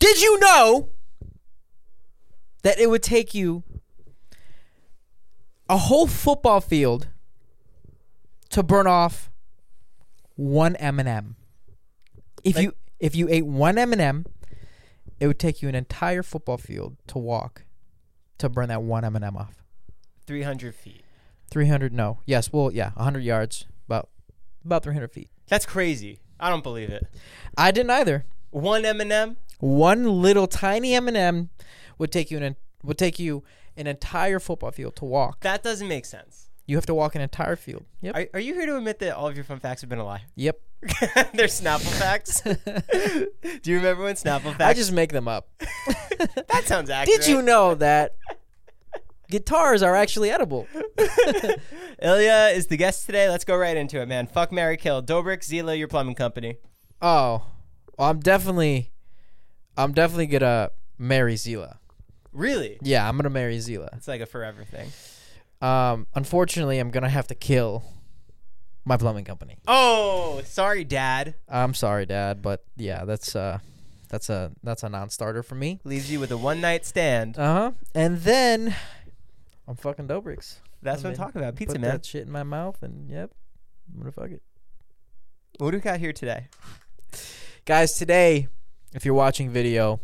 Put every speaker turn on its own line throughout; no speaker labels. Did you know that it would take you a whole football field to burn off one M and M? If you if you ate one M and M, it would take you an entire football field to walk to burn that one M and M off.
300 feet.
Three hundred? No. Yes. Well, yeah, hundred yards, about about three hundred feet.
That's crazy. I don't believe it.
I didn't either.
One M&M?
One little tiny M and M would take you an would take you an entire football field to walk.
That doesn't make sense.
You have to walk an entire field. Yep.
Are, are you here to admit that all of your fun facts have been a lie?
yep.
They're Snapple facts. Do you remember when Snapple facts?
I just make them up.
that sounds accurate.
Did you know that guitars are actually edible?
Ilya is the guest today. Let's go right into it, man. Fuck Mary Kill. Dobrik, Zila, your plumbing company.
Oh, well, I'm definitely, I'm definitely gonna marry Zila.
Really?
Yeah, I'm gonna marry Zila.
It's like a forever thing.
Um, unfortunately, I'm gonna have to kill my plumbing company.
Oh, sorry, Dad.
I'm sorry, Dad, but yeah, that's uh, that's a that's a non-starter for me.
Leaves you with a one night stand.
Uh huh. And then I'm fucking Dobrik's.
That's what I'm
then
talking about. Pizza,
Put
man.
that shit in my mouth, and yep, I'm gonna fuck it.
What do we got here today?
guys today if you're watching video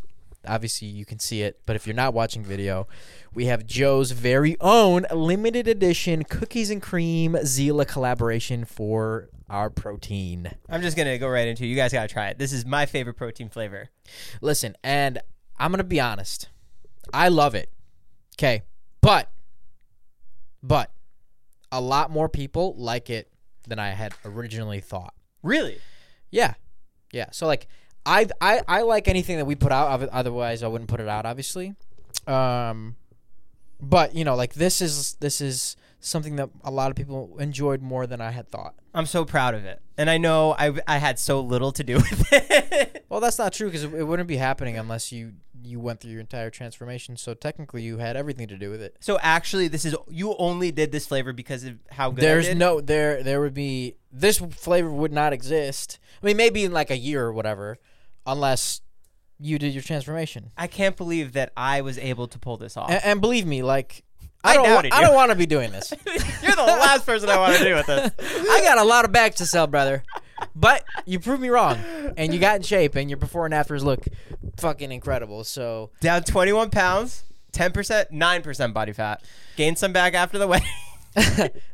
obviously you can see it but if you're not watching video we have joe's very own limited edition cookies and cream zila collaboration for our protein
I'm just gonna go right into it. You guys gotta try it. This is my favorite protein flavor.
listen and i'm gonna be honest i love it okay but but a lot more people like it than i had originally thought
Really?
Yeah, yeah. So like, I I I like anything that we put out. oth- Otherwise, I wouldn't put it out. Obviously, um, but you know, like this is this is something that a lot of people enjoyed more than I had thought.
I'm so proud of it. And I know I, I had so little to do with it.
Well, that's not true because it, it wouldn't be happening unless you you went through your entire transformation. So technically, you had everything to do with it.
so actually, this is you only did this flavor because of how good I
There's
did?
no there there would be this flavor would not exist. I mean, maybe in like a year or whatever, unless you did your transformation.
I can't believe that I was able to pull this off.
And, and believe me, like I
I
don't, wa-
doubted
I
you.
don't want to be doing this.
You're the last person I want to do with this.
I got a lot of back to sell, brother. But you proved me wrong, and you got in shape, and your before and afters look fucking incredible. So
Down 21 pounds, 10%, 9% body fat. Gained some back after the wedding.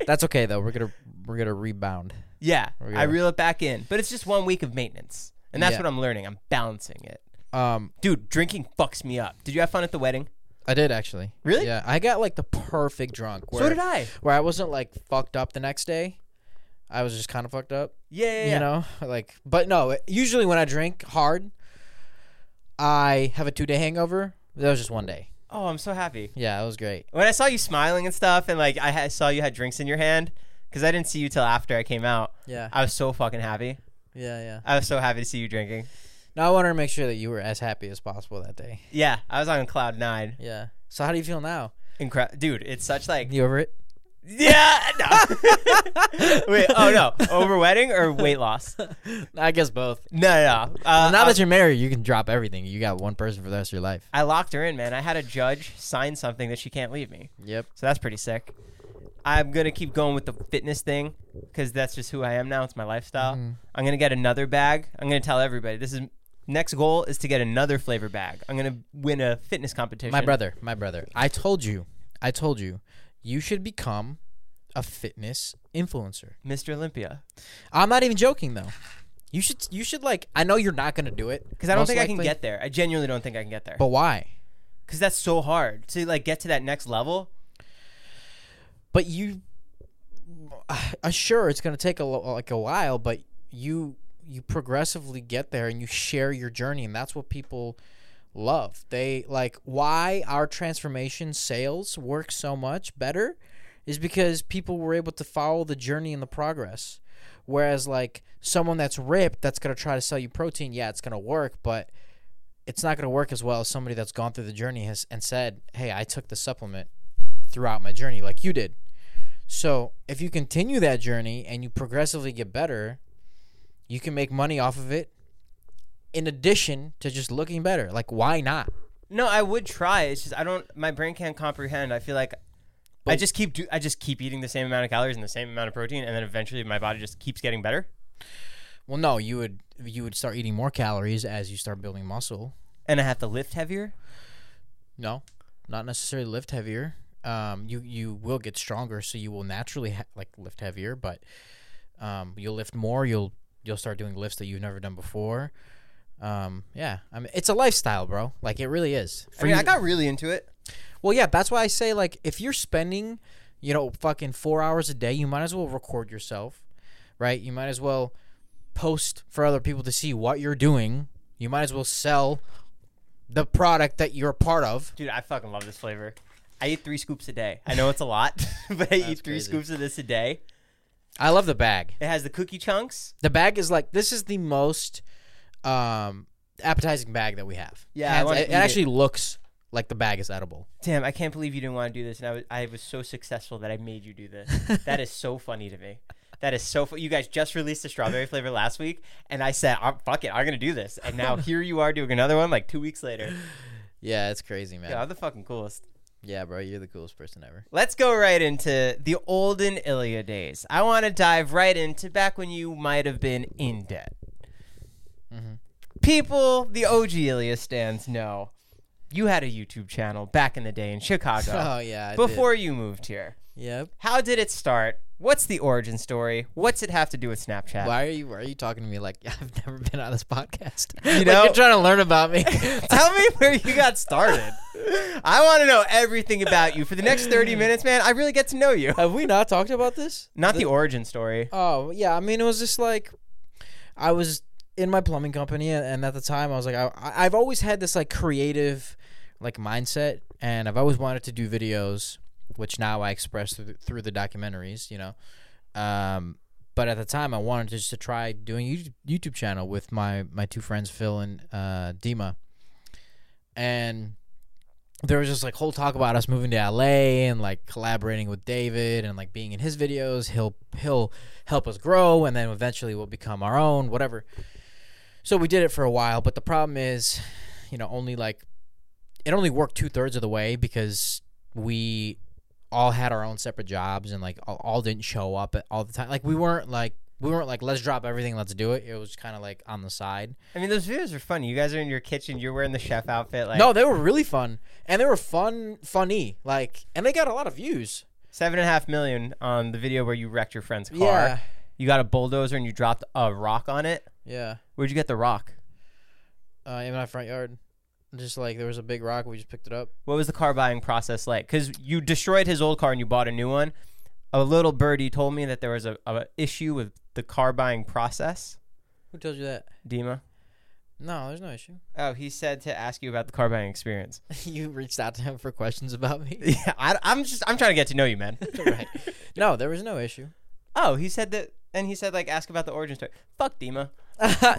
that's okay though. We're gonna we're gonna rebound.
yeah,
we
I
go.
reel it back in. But it's just one week of maintenance. And that's
Yeah.
what I'm learning. I'm balancing it.
Um,
Dude, drinking fucks me up. Did you have fun at the wedding?
I did actually.
Really?
Yeah, I got like the perfect drunk. Where,
So did I.
Where I wasn't like fucked up the next day. I was just kind of fucked up.
Yeah, yeah, yeah.
You know, like, but no. it- Usually when I drink hard, I have a two day hangover. That was just one day.
Oh, I'm so happy.
Yeah, it was great.
When I saw you smiling and stuff, and like I ha- saw you had drinks in your hand, because I didn't see you till after I came out.
Yeah.
I was so fucking happy.
Yeah, yeah.
I was so happy to see you drinking.
Now I wanted to make sure that you were as happy as possible that day.
Yeah, I was on cloud nine.
Yeah. So how do you feel now?
Incre- dude, it's such like
You over it?
yeah. No. Wait, oh no, over wedding or weight loss? No,
I guess both.
no. no. Uh,
now
I,
that you're married, you can drop everything. You got one person for the rest of your life.
I locked her in, man. I had a judge sign something that she can't leave me,
Yep.
so that's pretty sick. I'm gonna keep going with the fitness thing because that's just who I am now. It's my lifestyle.
Mm-hmm.
I'm gonna get another bag. I'm gonna tell everybody this is next goal is to get another flavor bag. I'm gonna win a fitness competition.
My brother, my brother. I told you, I told you, you should become a fitness influencer.
Mr. Olympia,
I'm not even joking though. You should, you should like. I know you're not gonna do it
because I don't think I can get there. I genuinely don't think I can get there.
But why?
because that's so hard to like get to that next level.
but you uh, sure it's going to take a lo- like a while but you you progressively get there and you share your journey and that's what people love. They like why our transformation sales work so much better is because people were able to follow the journey and the progress. Whereas like someone that's ripped that's gonna try to sell you protein, yeah, it's gonna work, but it's not gonna work as well as somebody that's gone through the journey has and said, Hey, I took the supplement throughout my journey like you did. So if you continue that journey and you progressively get better, you can make money off of it in addition to just looking better. Like, why not?
No, I would try. It's just I don't. My brain can't comprehend. I feel like I just keep do. I just keep eating the same amount of calories and the same amount of protein, and then eventually my body just keeps getting better.
Well, no, you would you would start eating more calories as you start building muscle.
And I have to lift heavier.
No, not necessarily lift heavier. Um, you you will get stronger, so you will naturally ha- like lift heavier, but um, you'll lift more. You'll you'll start doing lifts that you've never done before. Um, yeah, I mean, it's a lifestyle, bro. Like it really is.
I mean, I got really into it.
Well, yeah, that's why I say like if you're spending, you know, fucking four hours a day, you might as well record yourself, right? You might as well post for other people to see what you're doing. You might as well sell the product that you're a part of.
Dude, I fucking love this flavor. I eat three scoops a day. I know it's a lot, but I eat three
crazy.
scoops of this a day.
I love the bag.
It has the cookie chunks.
The bag is like this is the most um appetizing bag that we have.
Yeah, I
Hands-
wanna
it, it
eat it.
actually looks like the bag is edible.
Damn, I can't believe you didn't want to do this, and I was, I was so successful that I made you do this. that is so funny to me. That is so. Fu- you guys just released the strawberry flavor last week, and I said, I'm, "Fuck it, I'm gonna do this." And now here you are doing another one like two weeks later.
Yeah, it's crazy, man.
Yeah, I'm the fucking coolest.
yeah bro, you're the coolest person ever.
Let's go right into the olden Ilya days. I want to dive right into back when you might have been in debt.
Mm-hmm.
People, the OG Ilya stands know you had a YouTube channel back in the day in Chicago
Oh yeah. I did.
before you moved here.
Yep.
How did it start? What's the origin story? What's it have to do with Snapchat?
Why are you why are you talking to me like I've never been on this podcast?
You
You
know-
know, you're trying to learn about me.
Tell me where you got started. I want to know everything about you. For the next 30 minutes, man, I really get to know you.
Have we not talked about this?
Not the origin story.
Oh yeah, I mean it was just like I was in my plumbing company, and- and at the time I was like I I- I've always had this like creative like mindset, and I've always wanted to do videos, which now I express through, through the documentaries, you know. Um, but at the time I wanted just to try doing a YouTube- YouTube channel with my my two friends Phil and uh, Dima, and there was just like whole talk about us moving to LA and like collaborating with David and like being in his videos. He'll he'll help us grow and then eventually we'll become our own, whatever. So we did it for a while, but the problem is, you know, only like it only worked two thirds of the way because we all had our own separate jobs and like all, all didn't show up at all the time. Like we weren't like we weren't like let's drop everything, let's do it. It was kind of like on the side.
I mean, those videos are funny. You guys are in your kitchen. You're wearing the chef outfit. Like
No, they were really fun, and they were fun, funny. Like, and they got a lot of views.
seven and a half million on the video where you wrecked your friend's car.
Yeah.
You got a bulldozer and you dropped a rock on it.
Yeah,
Where'd you get the rock?
uh, in my front yard, just like there was a big rock, we just picked it up.
What was the car buying process like? Because you destroyed his old car and you bought a new one. A little birdie told me that there was a, a issue with the car buying process.
Who told you that?
Dima.
No, there's no issue.
Oh, he said to ask you about the car buying experience.
you reached out to him for questions about me.
yeah, I, I'm just I'm trying to get to know you, man.
right. No, there was no issue.
oh, he said that, and he said like ask about the origin story. Fuck Dima.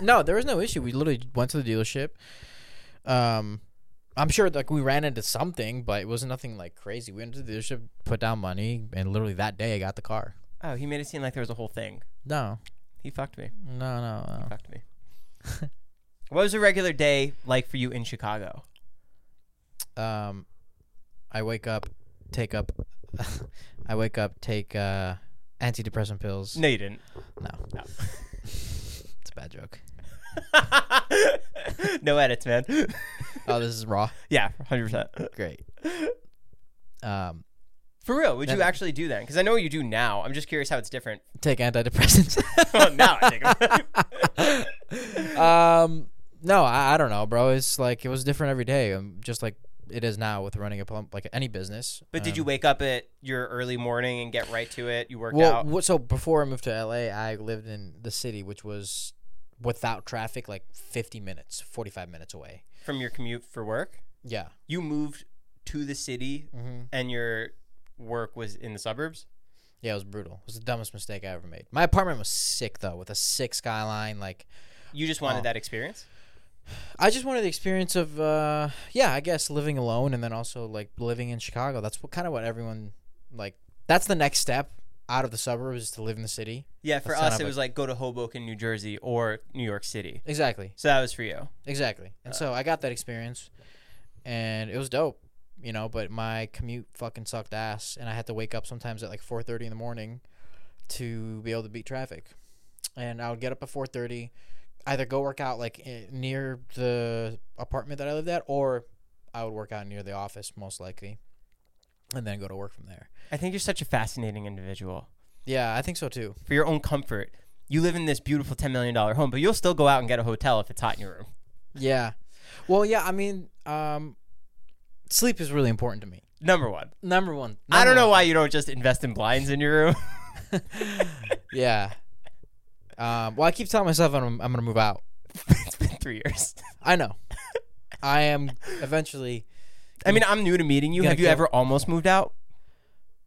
no, there was no issue. We literally went to the dealership. Um, I'm sure like we ran into something, but it was nothing like crazy. We went to the dealership, put down money, and literally that day I got the car.
Oh, he made it seem like there was a whole thing.
No,
He fucked me.
no, no, no.
Fucked me. what was a regular day like for you in Chicago?
um, I wake up, take up, I wake up, take uh, antidepressant pills.
No, you didn't.
No, it's a bad joke.
no edits, man.
Oh, this is raw.
yeah, hundred percent.
Great. Um,
For real, would you
Never.
actually do that? Because I know you do now. I'm just curious how it's different.
take antidepressants.
well, now I take 'em.
um, no, I, I don't know, bro. It's like it was different every day. Um, just like it is now with running a pump, like any business. Um,
but did you wake up at your early morning and get right to it? You worked
Well,
out.
wh- so before I moved to LA, I lived in the city, which was without traffic like 50 minutes, 45 minutes away.
from your commute for work.
Yeah.
You moved to the city and your work was in the suburbs.
Yeah, it was brutal. It was the dumbest mistake I ever made. My apartment was sick though, with a sick skyline. Like,
You just wanted that experience.
I just wanted the experience of, uh, yeah, I guess living alone and then also like living in Chicago. That's what kind of what everyone like. That's the next step out of the suburbs is to live in the city.
Yeah, for
That sounded
us it
like-
was like go to Hoboken, New Jersey or New York City.
Exactly,
So that was for you.
exactly. And
Uh,
so I got that experience, and it was dope, you know. But my commute fucking sucked ass, and I had to wake up sometimes at like four thirty in the morning to be able to beat traffic. And I would get up at four thirty, either go work out like i- near the apartment that I lived at, or I would work out near the office most likely, and then go to work from there.
I think you're such a fascinating individual.
Yeah, I think so too.
For your own comfort, you live in this beautiful $10 million home, but you'll still go out and get a hotel if it's hot in your room.
Yeah, well, yeah. I mean, um, sleep is really important to me.
Number one.
Number one.
I don't
number
know
one.
why you don't just invest in blinds in your room.
Yeah. Um, well, I keep telling myself I'm, I'm gonna move out.
it's been three years.
I know. I am eventually.
I mean, I'm new to meeting you.
Gonna
Have you
kill-
ever almost moved out?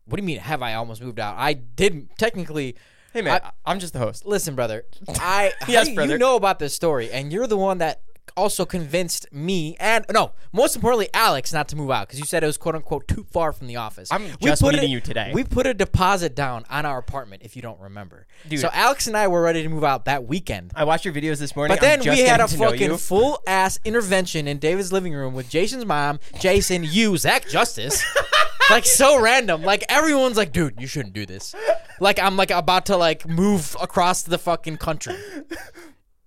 What do you mean? Have I almost moved out? I did technically.
Hey, man, I, am just the host.
Listen, brother. I
Yes,
you,
brother.
You know about this story, and you're the one that also convinced me and no, most importantly, Alex, not to move out because you said it was quote unquote too far from the office.
I'm just
put
meeting
a-
you today.
We put a deposit down on our apartment, if you don't remember.
Dude.
So Alex and I were ready to move out that weekend.
I watched your videos this morning.
But then
I'm just
we had a
getting to know
fucking
you.
full ass intervention in David's living room with Jason's mom, Jason, you, Zach Justice. like so random. Like everyone's like, dude, you shouldn't do this. Like I'm like about to like move across the fucking country.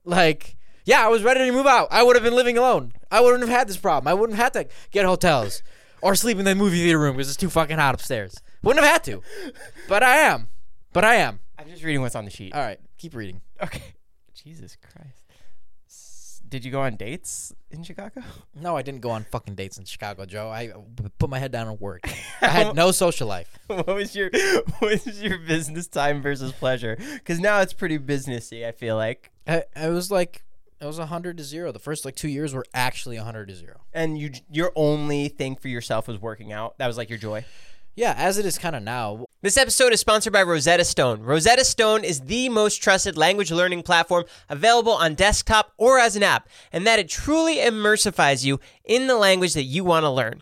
Like yeah, I was ready to move out. I would have been living alone. I wouldn't have had this problem. I wouldn't have had to get hotels or sleep in the movie theater room because it's too fucking hot upstairs. Wouldn't have had to. But I am. But I am.
I'm just reading what's on the sheet.
All right, keep reading.
Okay. Jesus Christ. S- Did you go on dates in Chicago?
No, I didn't go on fucking dates in Chicago, Joe. I uh, p- put my head down and worked. I had no social life.
what was your what was your business time versus pleasure? Because now it's pretty businessy. I feel like,
I, I was like, it was hundred to zero. The first like two years were actually hundred to zero.
and you j- your only thing for yourself was working out. That was like your joy.
Yeah, as it is kind of now.
This episode is sponsored by Rosetta Stone. Rosetta Stone is the most trusted language learning platform available on desktop or as an app, and that it truly immersifies you in the language that you want to learn.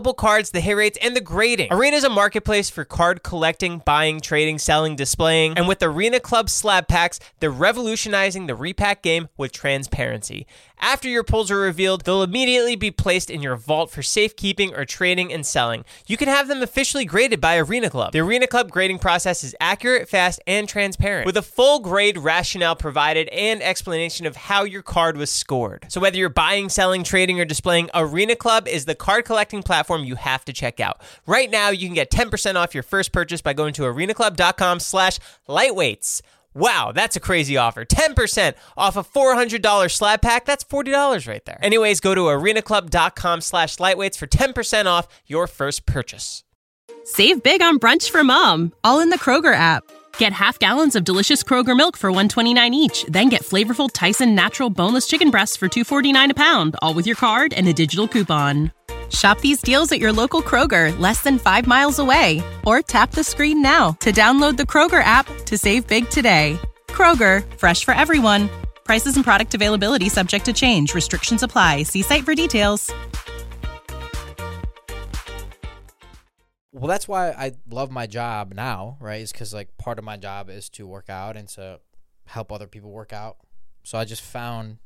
cards, the hit rates, and the grading. Arena is a marketplace for card collecting, buying, trading, selling, displaying, and with Arena Club slab packs, they're revolutionizing the repack game with transparency. After your pulls are revealed, they'll immediately be placed in your vault for safekeeping or trading and selling. You can have them officially graded by Arena Club. The Arena Club grading process is accurate, fast, and transparent, with a full grade rationale provided and explanation of how your card was scored. So whether you're buying, selling, trading, or displaying, Arena Club is the card collecting platform platform you have to check out. Right now, you can get 10% off your first purchase by going to arenaclub.com slash lightweights. Wow, that's a crazy offer. 10% off a $400 slab pack. That's $40 right there. Anyways, go to arenaclub.com slash lightweights for 10% off your first purchase.
Save big on brunch for mom, all in the Kroger app. Get half gallons of delicious Kroger milk for 129 each, then get flavorful Tyson natural boneless chicken breasts for 249 a pound, all with your card and a digital coupon. Shop these deals at your local Kroger, less than 5 miles away, or tap the screen now to download the Kroger app to save big today. Kroger, fresh for everyone. Prices and product availability subject to change. Restrictions apply. See site for details.
Well, that's why I love my job now, right? Is because like part of my job is to work out and to help other people work out. So I just found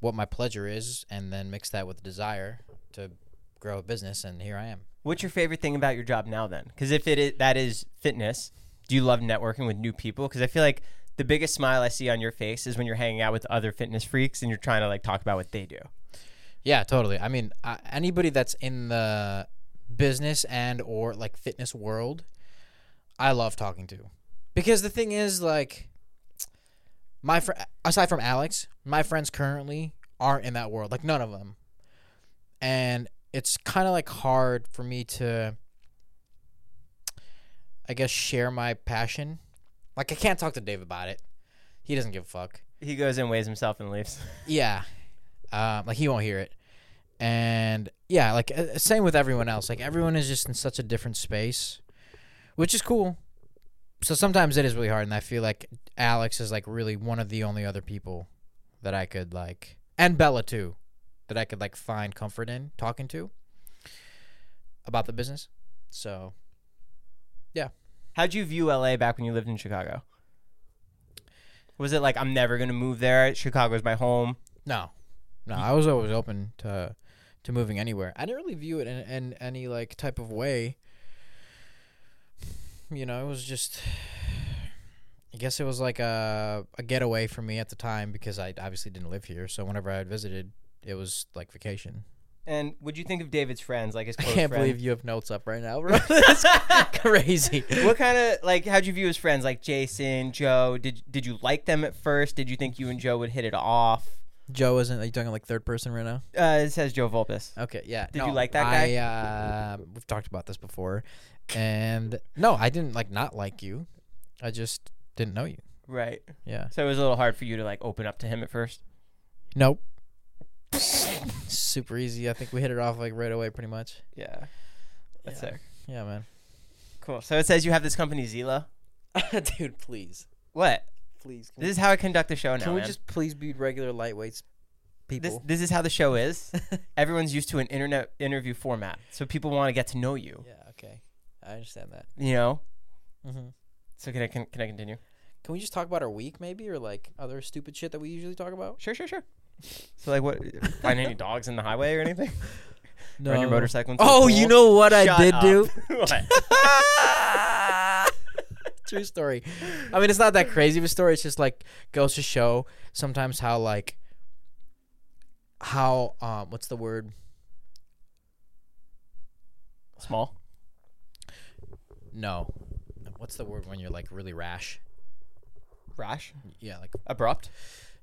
what my pleasure is, and then mix that with desire to grow a business, and here I am.
What's your favorite thing about your job now then? Because if it is, that is fitness, do you love networking with new people? Because I feel like the biggest smile I see on your face is when you're hanging out with other fitness freaks and you're trying to like talk about what they do.
Yeah, totally. I mean, I, anybody that's in the business and or like fitness world, I love talking to. Because the thing is like my fr- aside from Alex, my friends currently aren't in that world. Like none of them. And it's kind of like hard for me to I guess share my passion. Like I can't talk to Dave about it. He doesn't give a fuck.
He goes and weighs himself and leaves.
Yeah. Um, like he won't hear it. And yeah, like uh, same with everyone else. Like everyone is just in such a different space, which is cool. So sometimes it is really hard, and I feel like Alex is like really one of the only other people that I could like, and Bella too, that I could like find comfort in talking to about the business. So
How'd you view LA back when you lived in Chicago? Was it like I'm never gonna move there? Chicago's my home.
No, no. I was always open to to moving anywhere. I didn't really view it in, in any like type of way. You know, it was just. I guess it was like a a getaway for me at the time because I obviously didn't live here. So whenever I had visited, it was like vacation.
And would you think of David's friends, like his
I
close
can't
friends?
believe you have notes up right now, bro. That's crazy.
what kind of like how'd you view his friends like Jason, Joe? Did did you like them at first? Did you think you and Joe would hit it off?
Joe isn't. Are you talking like third person right now?
Uh, it says Joe Vulpes.
Okay, yeah.
Did
no,
you like that
I,
guy?
uh, we've talked about this before, and no, I didn't like not like you. I just didn't know you.
Right.
Yeah.
So it was a little hard for you to like open up to him at first.
Nope. Super easy. I think we hit it off like right away, pretty much.
Yeah. That's
Yeah.
it.
Yeah, man.
Cool. So it says you have this company Zila.
Dude, please,
What?
please. Can,
This is how I conduct the show now. man.
please be regular lightweights,
this, this is how the show is. Everyone's used to an internet interview format, so people want to get to know you.
yeah. Okay. I understand that.
You know.
Mm-hmm.
So can I can, can I continue?
Can we just talk about our week, maybe, or like other stupid shit that we usually talk about?
Sure, sure, sure. So like, what? Find any dogs in the highway or anything? Run your motorcycle. into a
Oh, you
pole?
know what I
Shut
did
up.
do?
what?
True story. I mean, it's not that crazy of a story. It's just like goes to show sometimes how like how um what's the word
Small.
No. What's the word when you're like really rash?
Rash.
Yeah, like
Abrupt.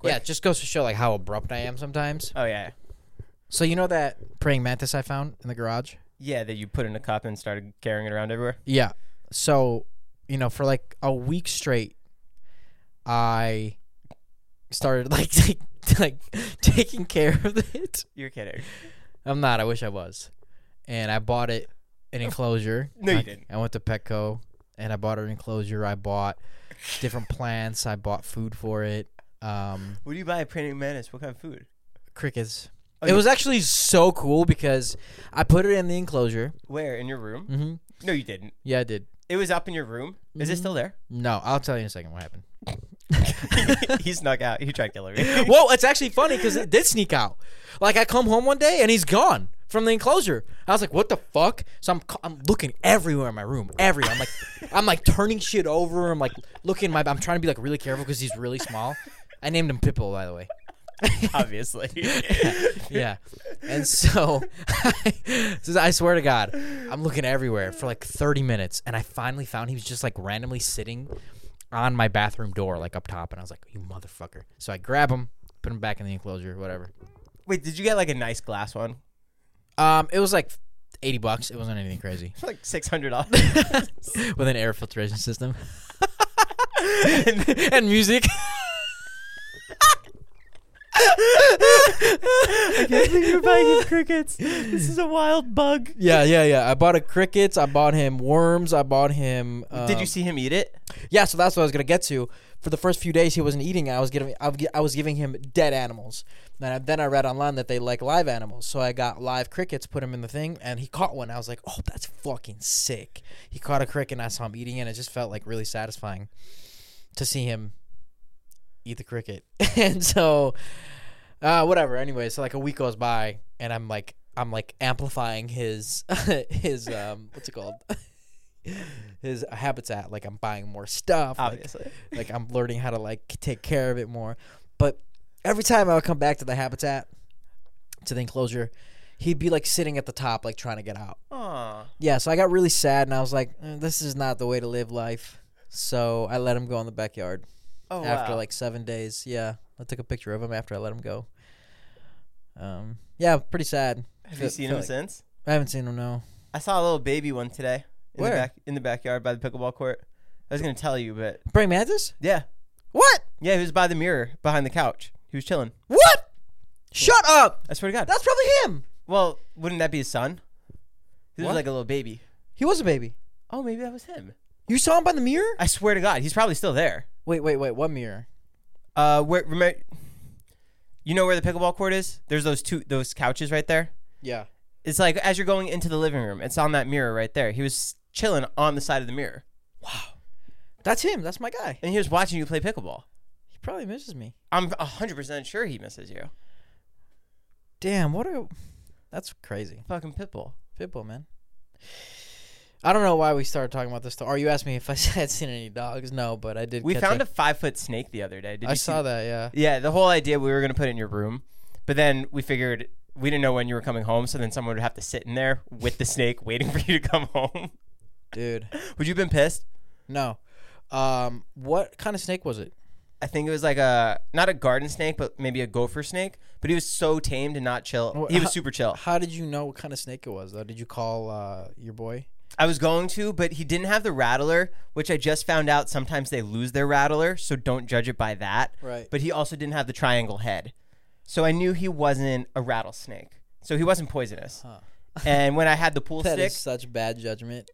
yeah, it just goes to show like how abrupt I am sometimes.
Oh yeah.
So you know that praying mantis I found in the garage?
Yeah, that you put in a cup and started carrying it around everywhere.
Yeah. So, you know, for like a week straight I started like take, like taking care of it.
You're kidding.
I'm not, I wish I was. And I bought it an enclosure.
No, you
I-
didn't.
I went to Petco and I bought an enclosure. I bought different plants. I bought food for it. Um
What do you buy at Praying Mantis? What kind of food?
crickets.
Oh,
it
you-
was actually so cool because I put it in the enclosure.
Where in your room?
Mm-hmm.
No, you didn't.
Yeah, I did.
It was up in your room. Is it still there?
No, I'll tell you in a second what happened.
he snuck out. He tried killing me.
Whoa, it's actually funny because it did sneak out. Like I come home one day and he's gone from the enclosure. I was like, "What the fuck?" So I'm ca- I'm looking everywhere in my room, everywhere. I'm like, I'm like turning shit over. I'm like looking my. I'm trying to be like really careful because he's really small. I named him Pitbull, by the way.
obviously.
yeah. And so, so I swear to God, I'm looking everywhere for like 30 minutes, and I finally found he was just like randomly sitting on my bathroom door, like up top, and I was like, "You motherfucker!" So I grab him, put him back in the enclosure, whatever.
Wait, did you get like a nice glass one?
Um, it was like 80 bucks. It wasn't anything crazy
Like six hundred dollars.
with an air filtration system and music.
You're buying him crickets. This is a wild bug.
Yeah, yeah, yeah. I bought a crickets. I bought him worms. I bought him.
Did
um,
you see him eat it?
Yeah, so that's what I was gonna get to. For the first few days, he wasn't eating. I was giving, I was gi- I was giving him dead animals. Then I, then I read online that they like live animals, so I got live crickets, put him in the thing, and he caught one. I was like, oh, that's fucking sick. He caught a cricket, and I saw him eating it. and It just felt like really satisfying to see him eat the cricket. and so, uh, whatever. Anyway, so like a week goes by, and I'm like, I'm like amplifying his his um, what's it called? his habitat. Like I'm buying more stuff. like-
Obviously.
like I'm learning how to like take care of it more. But every time I would come back to the habitat, to the enclosure, he'd be like sitting at the top, like trying to get out.
Aw.
Yeah, so I got really sad, and I was like, "Eh, this is not the way to live life. So I let him go in the backyard
Oh,
after
wow.
like seven days. Yeah, I took a picture of him after I let him go. Um, yeah, pretty sad.
Have
Feel-
you seen
feel
him
like-
since?
I haven't seen him no.
I saw a little baby one today. In
Where?
The back, in the backyard by the pickleball court. I was gonna tell you, but
Bray Mantis?
yeah,
What?
yeah, he was by the mirror behind the couch. He was chilling.
What? Shut up!
I swear to God.
That's probably him.
well, wouldn't that be his son? He
What?
was like a little baby.
He was a baby.
Oh, maybe that was him.
You saw him by the mirror?
I swear to God, he's probably still there.
Wait, wait, wait. What mirror?
Uh, where remember, you know where the pickleball court is? There's those two those couches right there.
Yeah.
It's like as you're going into the living room, it's on that mirror right there. He was chilling on the side of the mirror,
That's him. That's my guy.
and he was watching you play pickleball.
He probably misses me.
I'm 100% sure he misses you.
Damn, what a. That's crazy.
Fucking pitbull.
Pitbull, man. I don't know why we started talking about this. Though. Or you asked me if I had seen any dogs. No, but I did.
We
catch
found
a-
a five foot snake the other day. Did
I
you see
saw that. Yeah.
Yeah, the whole idea we were gonna put it in your room, but then we figured we didn't know when you were coming home, so then someone would have to sit in there with the snake waiting for you to come home.
Dude.
would you have been pissed?
No. Um. What kind of snake was it?
I think it was like a not a garden snake, but maybe a gopher snake. But he was so tamed and not chill.
Wh-
He was
how-
super chill.
How did you know what kind of snake it was? Though, did you call uh, your boy?
I was going to, but he didn't have the rattler, which I just found out sometimes they lose their rattler, so don't judge it by that.
Right.
But he also didn't have the triangle head. So I knew he wasn't a rattlesnake. So he wasn't poisonous. and when I had the pool
That
stick,
is such bad judgment.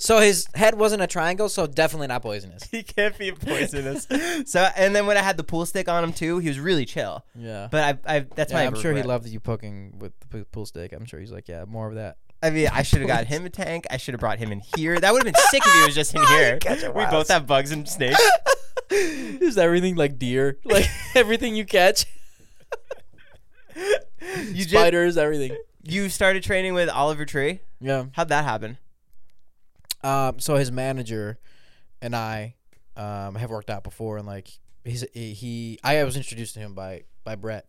so his head wasn't a triangle, so definitely not poisonous.
he can't be poisonous. so and then when I had the pool stick on him too, he was really chill.
Yeah.
But I, I that's
Yeah,
my
I'm sure he
regret.
loved you poking with the po- pool stick. I'm sure he's like, yeah, more of that.
I mean, I should have got him a tank. I should have brought him in here. That would have been sick if he was just in here. We both have bugs and snakes.
Is everything like deer? Like everything you catch,
You just-
spiders, everything.
you started training with Oliver Tree.
Yeah.
How'd that happen?
Um. So his manager and I, um, have worked out before, and like he's he, he I was introduced to him by by Brett,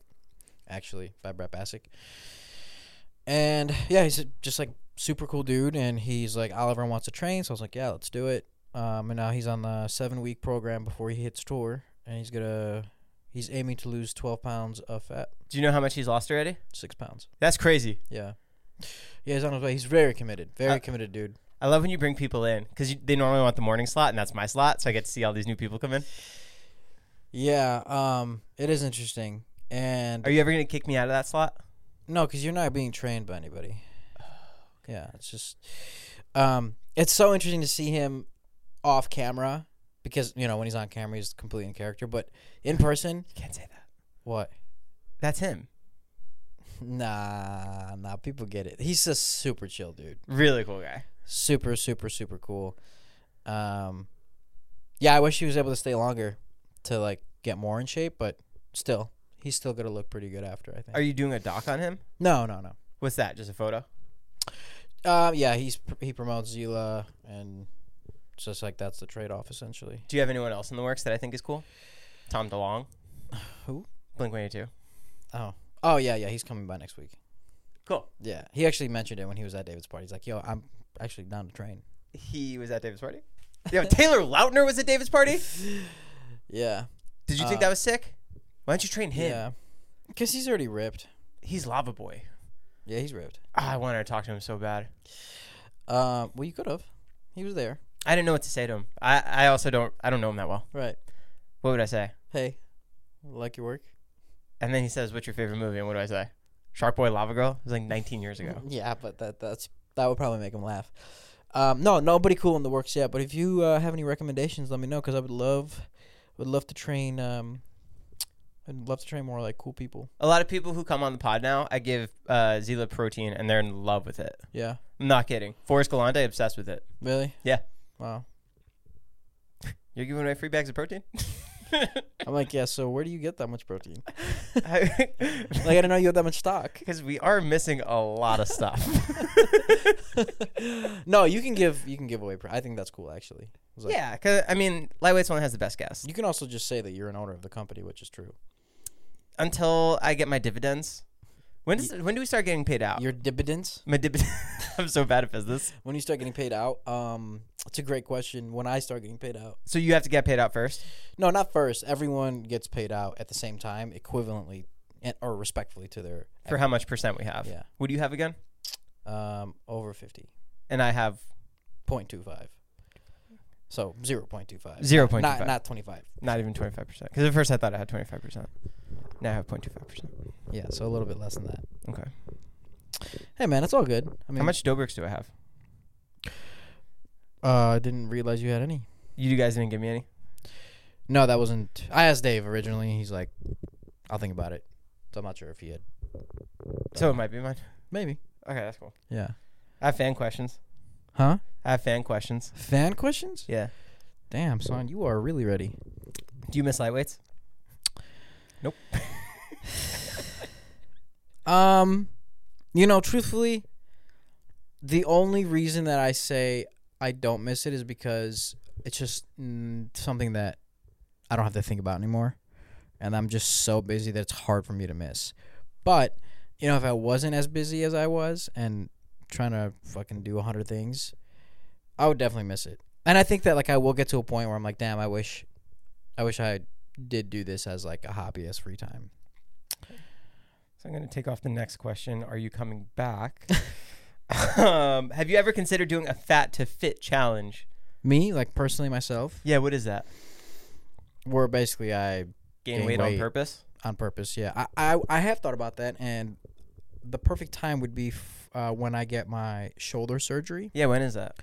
actually by Brett Bassick. And yeah, he's just like super cool dude, and he's like Oliver wants to train, so I was like, yeah, let's do it. Um, and now he's on the seven week program before he hits tour, and he's gonna he's aiming to lose twelve pounds of fat,
Do you know how much he's lost already?
six pounds.
That's crazy.
Yeah, yeah, he's on his way. He's very committed, very
Uh,
committed dude.
I love when you bring people in because they normally want the morning slot, and that's my slot, so I get to see all these new people come in.
Yeah, um, it is interesting, and
Are you ever gonna kick me out of that slot?
No, because you're not being trained by anybody. Yeah, it's just, um, it's so interesting to see him off camera because you know when he's on camera he's completely in character, but in person,
Can't say that.
what?
That's him.
Nah, nah, people get it. He's a super chill dude,
Really cool guy.
super, super, super cool. Um, yeah, I wish he was able to stay longer to like get more in shape, but still, he's still gonna look pretty good after. I think.
Are you doing a doc on him?
no, no, no.
What's that? Just a photo?
Um, yeah, he's he promotes Zila, and it's just like that's the trade off essentially.
Do you have anyone else in the works that I think is cool? Tom DeLong.
Who?
Blink 182.
Oh. Oh yeah, yeah. He's coming by next week.
Cool.
Yeah. He actually mentioned it when he was at David's party. He's like, "Yo, I'm actually down to train."
He was at David's party. Yo, Taylor Lautner was at David's party.
Yeah.
Did you think
Uh,
that was sick? Why don't you train him?
Yeah. Because he's already ripped.
He's Lava Boy.
Yeah, he's ripped.
Ah, I wanted to talk to him so bad.
Uh, well, you could have. He was there.
I didn't know what to say to him. I, I also don't I don't know him that well.
Right.
What would I say?
Hey, like your work?
And then he says, "What's your favorite movie?" And what do I say? Shark Boy, Lava Girl. It was like 19 years ago.
Yeah, but that that's that would probably make him laugh. Um, no, nobody cool in the works yet. But if you uh, have any recommendations, let me know because I would love, would love to train. Um, I'd love to train more like cool people.
A lot of people who come on the pod now, I give uh, Zila protein, and they're in love with it.
Yeah.
I'm not kidding. Forrest Galante obsessed with it.
Really?
Yeah.
Wow.
You're giving away free bags of protein.
I'm like, yeah. So where do you get that much protein?
Because
Like I didn't know you had that much stock.
we are missing a lot of stuff.
no, you can give you can give away. Pro- I think that's cool actually. I was like-
yeah, because I mean, lightweight's only has the best gas.
You can also just say that you're an owner of the company, which is true.
Until I get my dividends. When does when do we start getting paid out?
Your dividends.
My div- I'm so bad at business.
When you start getting paid out, um, it's a great question. When I start getting paid out.
So you have to get paid out first.
No, not first. Everyone gets paid out at the same time, equivalently and, or respectfully to their
for how much percent we have.
Yeah.
What do you have again?
um, over 50,
And I have
0.25. So 0.25.
zero point two
Not,
five.
not 25.
Not even twenty five percent. Because at first I thought I had twenty five percent. Now I have 0.25 percent.
Yeah, so a little bit less than that.
Okay.
Hey, man, it's all good. I mean,
How much Dobricks do I have?
Uh, I didn't realize you had any.
You guys didn't give me any.
No, that wasn't. I asked Dave originally. He's like, I'll think about it. So I'm not sure if he had.
So it might be mine.
Maybe.
Okay, that's cool.
Yeah.
I have fan questions.
Huh?
I have fan questions.
Fan questions?
Yeah.
Damn, son, you are really ready.
Do you miss lightweights?
Um, you know, truthfully, the only reason that I say I don't miss it is because it's just mm, something that I don't have to think about anymore, and I'm just so busy that it's hard for me to miss. But you know, if I wasn't as busy as I was and trying to fucking do a hundred things, I would definitely miss it. And I think that like I will get to a point where I'm like, damn, I wish, I wish I did do this as like a hobby as free time.
So I'm going to take off the next question. Are you coming back? um, have you ever considered doing a fat to fit challenge?
Me, like personally myself,
Yeah, what is that?
where basically I
Gain,
Gain
weight, on
weight.
purpose?
on purpose. Yeah, I I, I have thought about that, and the perfect time would be f- uh, when I get my shoulder surgery.
Yeah, when is that?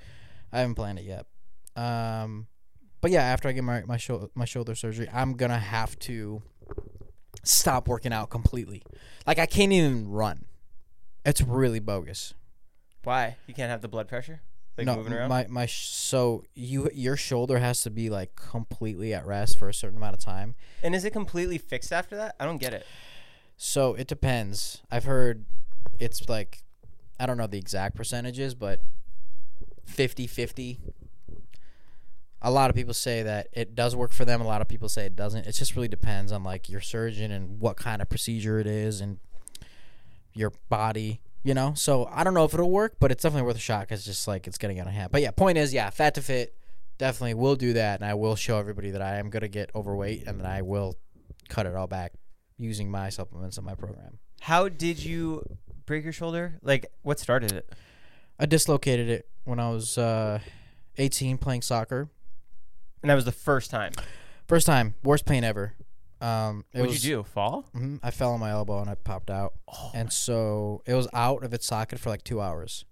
I haven't planned it yet. Um, but yeah, after I get my my, shou- my shoulder surgery, I'm gonna have to stop working out completely. Like I can't even run. It's really bogus.
Why? You can't have the blood pressure? Like moving around?
My my sh- so you your shoulder has to be like completely at rest for a certain amount of time.
And is it completely fixed after that? I don't get it.
So it depends. I've heard it's like I don't know the exact percentages, but 50-50. A lot of people say that it does work for them. A lot of people say it doesn't. It just really depends on like your surgeon and what kind of procedure it is and your body, you know. So I don't know if it'll work, but it's definitely worth a shot because just like it's getting out of hand. But yeah, point is, yeah, fat to fit definitely will do that, and I will show everybody that I am gonna get overweight and that I will cut it all back using my supplements in my program.
How did you break your shoulder? Like, what started it?
I dislocated it when I was uh, 18 playing soccer.
And that was the first time.
First time, worst pain ever. Um, it
What'd
was-
you do? Oh Fall?
Mhm, I fell on my elbow and I popped out. and so it was out of its socket for like two hours.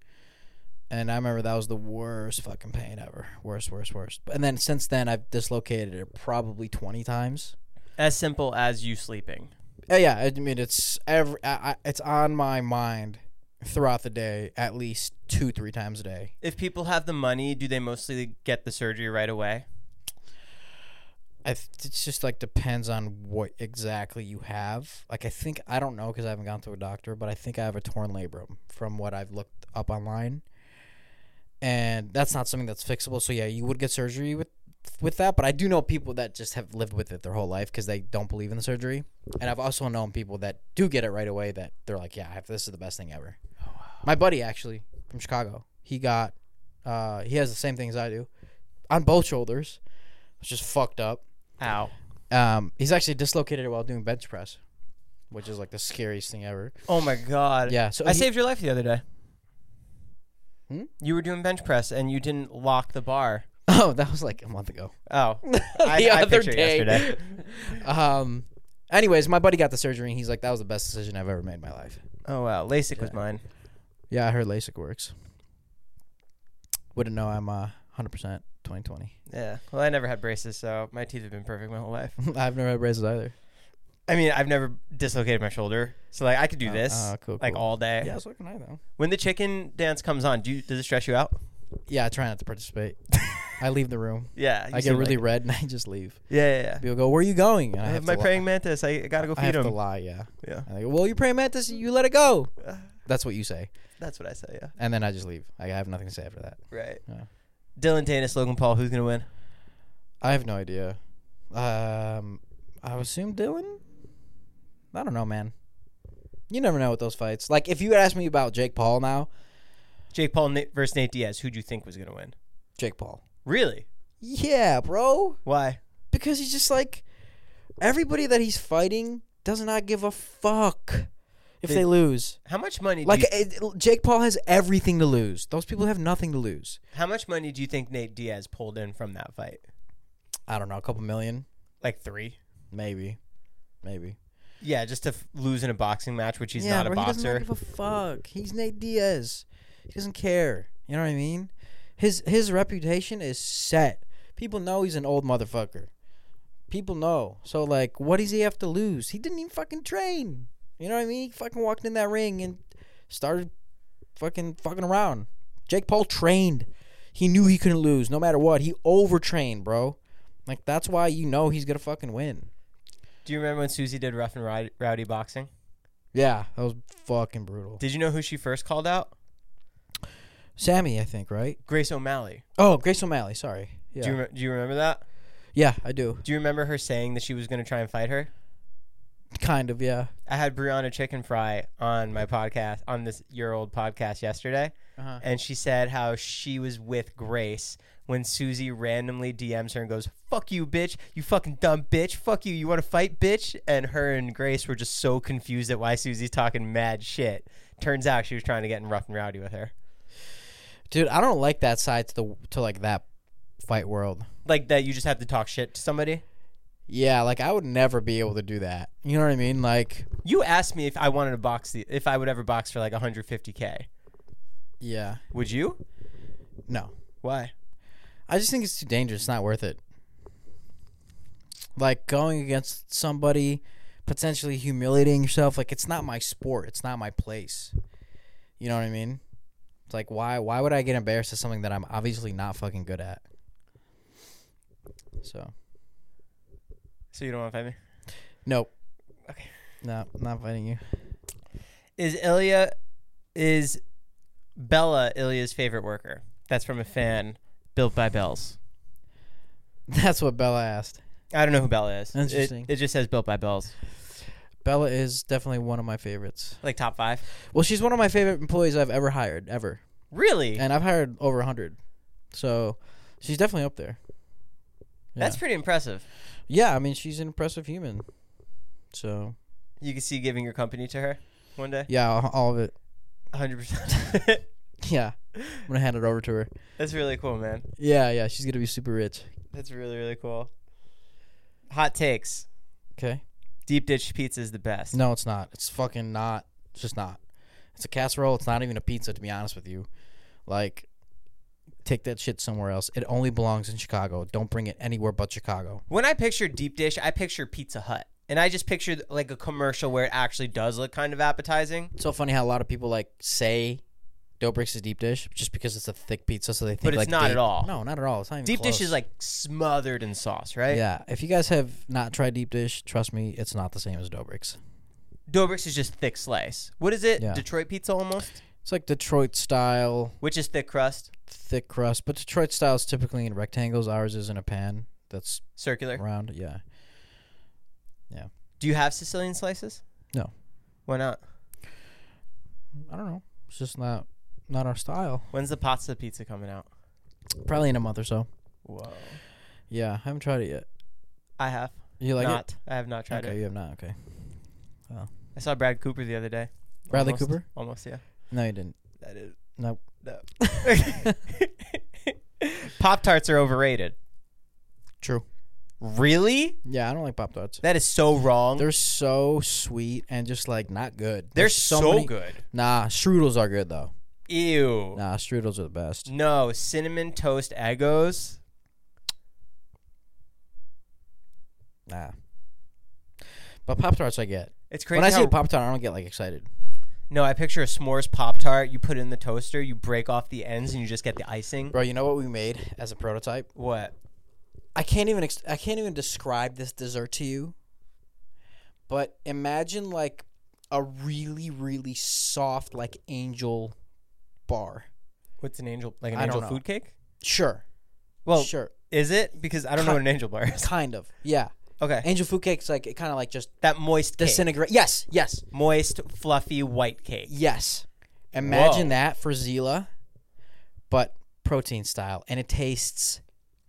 And I remember that was the worst fucking pain ever. Worst, worst, worst. And then since then, I've dislocated it probably 20 times.
As simple as you sleeping.
Uh, yeah, I mean it's every I, I, it's on my mind throughout the day at least two three times a day.
If people have the money, do they mostly get the surgery right away?
I th- it just like depends on what exactly you have. Like I think I don't know because I haven't gone to a doctor, but I think I have a torn labrum from what I've looked up online, and that's not something that's fixable. So yeah, you would get surgery with with that, but I do know people that just have lived with it their whole life because they don't believe in the surgery, and I've also known people that do get it right away that they're like, yeah, I have- this is the best thing ever. My buddy actually from Chicago, he got, uh, he has the same things I do, on both shoulders, it's just fucked up.
Ow.
Um, he's actually dislocated it while doing bench press, which is like the scariest thing ever.
Oh my god.
Yeah, so
I
he-
saved your life the other day.
Hmm?
You were doing bench press and you didn't lock the bar.
Oh, that was like a month ago.
Oh.
The
I
other
pictured
day.
Yesterday.
Um, anyways, my buddy got the surgery, and he's like, "That was the best decision I've ever made in my life."
Oh wow, LASIK was mine.
Yeah, I heard LASIK works. Wouldn't know I'm uh, 100% 2020.
Yeah. Well, I never had braces, so my teeth have been perfect my whole life.
I've never had braces either.
I mean, I've never dislocated my shoulder, so like I could do this
oh, cool,
like
cool.
all day.
Yeah, so can I though.
When the chicken dance comes on, do you, does it stress you out?
Yeah, I try not to participate. I leave the room.
Yeah. you
I get
seem
really
like-
red and I just leave.
yeah, yeah, yeah.
People go, "Where are you going?" And
I have
to
my
li-
praying mantis. I I gotta go
I
feed
have to
him.
lie. Yeah.
Yeah.
And I go, "Well, you pray mantis, you let it go." That's what you say,
That's what I say. Yeah.
and then I just leave. I have nothing to say after that.
Right.
Yeah.
Dylan Danis, Logan Paul. Who's gonna win?
I have no idea. Um, I would assume Dylan. I don't know, man. You never know with those fights. Like if you asked me about Jake Paul now,
Jake Paul Na- versus Nate Diaz. Who'd you think was gonna win?
Jake Paul.
Really?
Yeah, bro.
Why?
Because he's just like everybody that he's fighting does not give a fuck if they lose.
How much money? do
Like
you-
it, Jake Paul has everything to lose. Those people have nothing to lose.
how much money do you think Nate Diaz pulled in from that fight?
I don't know, a couple million,
Like three.
maybe, maybe.
Yeah, just to f- lose in a boxing match, which he's not a
bro,
boxer.
He doesn't give a fuck. He's Nate Diaz. He doesn't care. You know what I mean? His his reputation is set. People know he's an old motherfucker. People know. So like, what does he have to lose? He didn't even fucking train. You know what I mean? He fucking walked in that ring and started fucking fucking around. Jake Paul trained. He knew he couldn't lose no matter what. He overtrained, bro. Like that's why you know he's gonna fucking win.
do you remember when Susie did rough and rowdy, rowdy boxing?
Yeah, that was fucking brutal.
Did you know who she first called out?
Sammy, I think, right?
Grace O'Malley.
Oh, Grace O'Malley. Sorry. Yeah.
Do you re- do you remember that?
yeah, I do.
Do you remember her saying that she was going to try and fight her?
Kind of. Yeah.
I had Brianna Chicken Fry on my podcast on this year old podcast yesterday,
Uh-huh.
and she said how she was with Grace when Susie randomly DMs her and goes, "Fuck you, bitch! You fucking dumb bitch! Fuck you! You want to fight, bitch?" And her and Grace were just so confused at why Susie's talking mad shit. Turns out she was trying to get in rough and rowdy with her.
Dude, I don't like that side to the to like that fight world.
Like that, you just have to talk shit to somebody.
Yeah, like I would never be able to do that. You know what I mean? Like,
You asked me if I wanted to box the if I would ever box for like 150k.
yeah,
Would you?
no.
Why?
I just think it's too dangerous. It's not worth it. Like going against somebody, potentially humiliating yourself. Like it's not my sport. It's not my place. You know what I mean? It's like why? Why would I get embarrassed at something that I'm obviously not fucking good at? So
So you don't want to fight me?
nope.
Okay.
No, not fighting you.
Is Ilya is Bella Ilya's favorite worker? That's from a fan built by Bells.
That's what Bella asked.
I don't know who Bella is. It-
Interesting.
It, just says built by Bells.
Bella is definitely one of my favorites.
Like top five.
Well, she's one of my favorite employees I've ever hired, ever.
Really?
And I've hired over 100. So she's definitely up there.
That's pretty impressive.
Yeah, I mean, she's an impressive human. So,
You can see giving your company to her one day.
yeah, all, all of it.
100%.
Yeah. I'm going to hand it over to her.
That's really cool, man.
Yeah, yeah, she's going to be super rich.
That's really really cool. Hot takes.
Okay.
Deep dish pizza is the best.
No, it's not. It's fucking not. It's just not. It's a casserole. It's not even a pizza, to be honest with you. Like, take that shit somewhere else. It only belongs in Chicago. Don't bring it anywhere but Chicago.
When I picture deep dish, I picture Pizza Hut. And I just picture like a commercial where it actually does look kind of appetizing.
It's so funny how a lot of people like say dough bricks is deep dish just because it's a thick pizza, so they think.
But it's
like,
not
deep-
at all.
No, not at all. It's not even
Deep dish
close.
is like smothered in sauce, right?
Yeah, if you guys have not tried deep dish, trust me, it's not the same as dough bricks.
Dobrik's is just thick slice. What is it?
Yeah.
Detroit pizza almost?
It's like Detroit style
which is thick crust,
thick crust, but Detroit style is typically in rectangles. Ours is in a pan that's
circular.
round. Yeah,
Do you have Sicilian slices?
No.
Why not?
I don't know. It's just not not our style.
When's the pasta pizza coming out?
Probably in a month or so.
Whoa.
Yeah, I haven't tried it yet.
I have
You like
not. I have not
it?
tried
okay,
it.
you have not. Okay,
I saw Brad Cooper the other day.
Bradley
Almost-
Cooper?
Almost, yeah.
No, you didn't.
That is
Nope.
no. Pop tarts are overrated.
True.
Really?
Yeah, I don't like Pop Tarts.
That is so wrong. They're,
They're so sweet and just like not good. There's
so,
many-
good.
Nah, strudels are good though.
Ew.
Nah, strudels are the best.
No, cinnamon toast egos.
Nah. But Pop Tarts I get.
It's crazy.
When I see
how-
a Pop Tart, I don't get like excited.
no, I picture a s'mores pop tart. You put it in the toaster, you break off the ends, and you just get the icing.
Bro, you know what we made as a prototype?
What?
I can't even ex- I can't even describe this dessert to you. But imagine like a really really soft like angel bar.
What's an angel? Like an
I don't
angel
know.
food cake?
Sure.
Well,
sure.
is it? Because I don't know what an angel bar is.
Kind of. Yeah.
Okay.
Angel food cake's like it kind of like just
That moist cake.
disintegrate. Yes, yes.
moist, fluffy white cake.
Yes. Imagine
Whoa.
that for Zila, but protein style. And it tastes,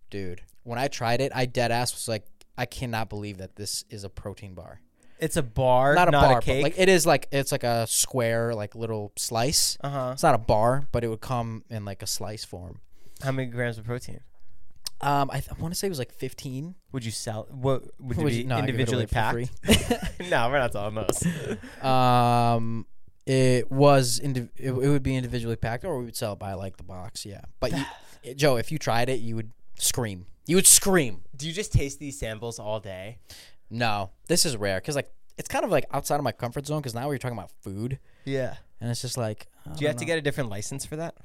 dude, when I tried it, I dead ass was like, I cannot believe that this is a protein bar.
It's a bar,
Not a bar,
cake.
but like it is like it's like a square, like little slice.
uh huh.
It's not a bar, but it would come in like a slice form.
How many grams of protein?
Um, I, th- I want to say it was like fifteen.
Would you sell? What would it
Would
be
you- no, I give it
individually
away
packed? no, we're not talking those.
Um, it was indiv- it, it would be individually packed, or we would sell it by like the box. Yeah, but you, eh, Joe, if you tried it, you would scream. You would scream.
Do you just taste these samples all day?
No, this is rare because like it's kind of like outside of my comfort zone because now we're talking about food
Yeah.
and it's just like I
Do you have
don't
to
know.
get a different license for that?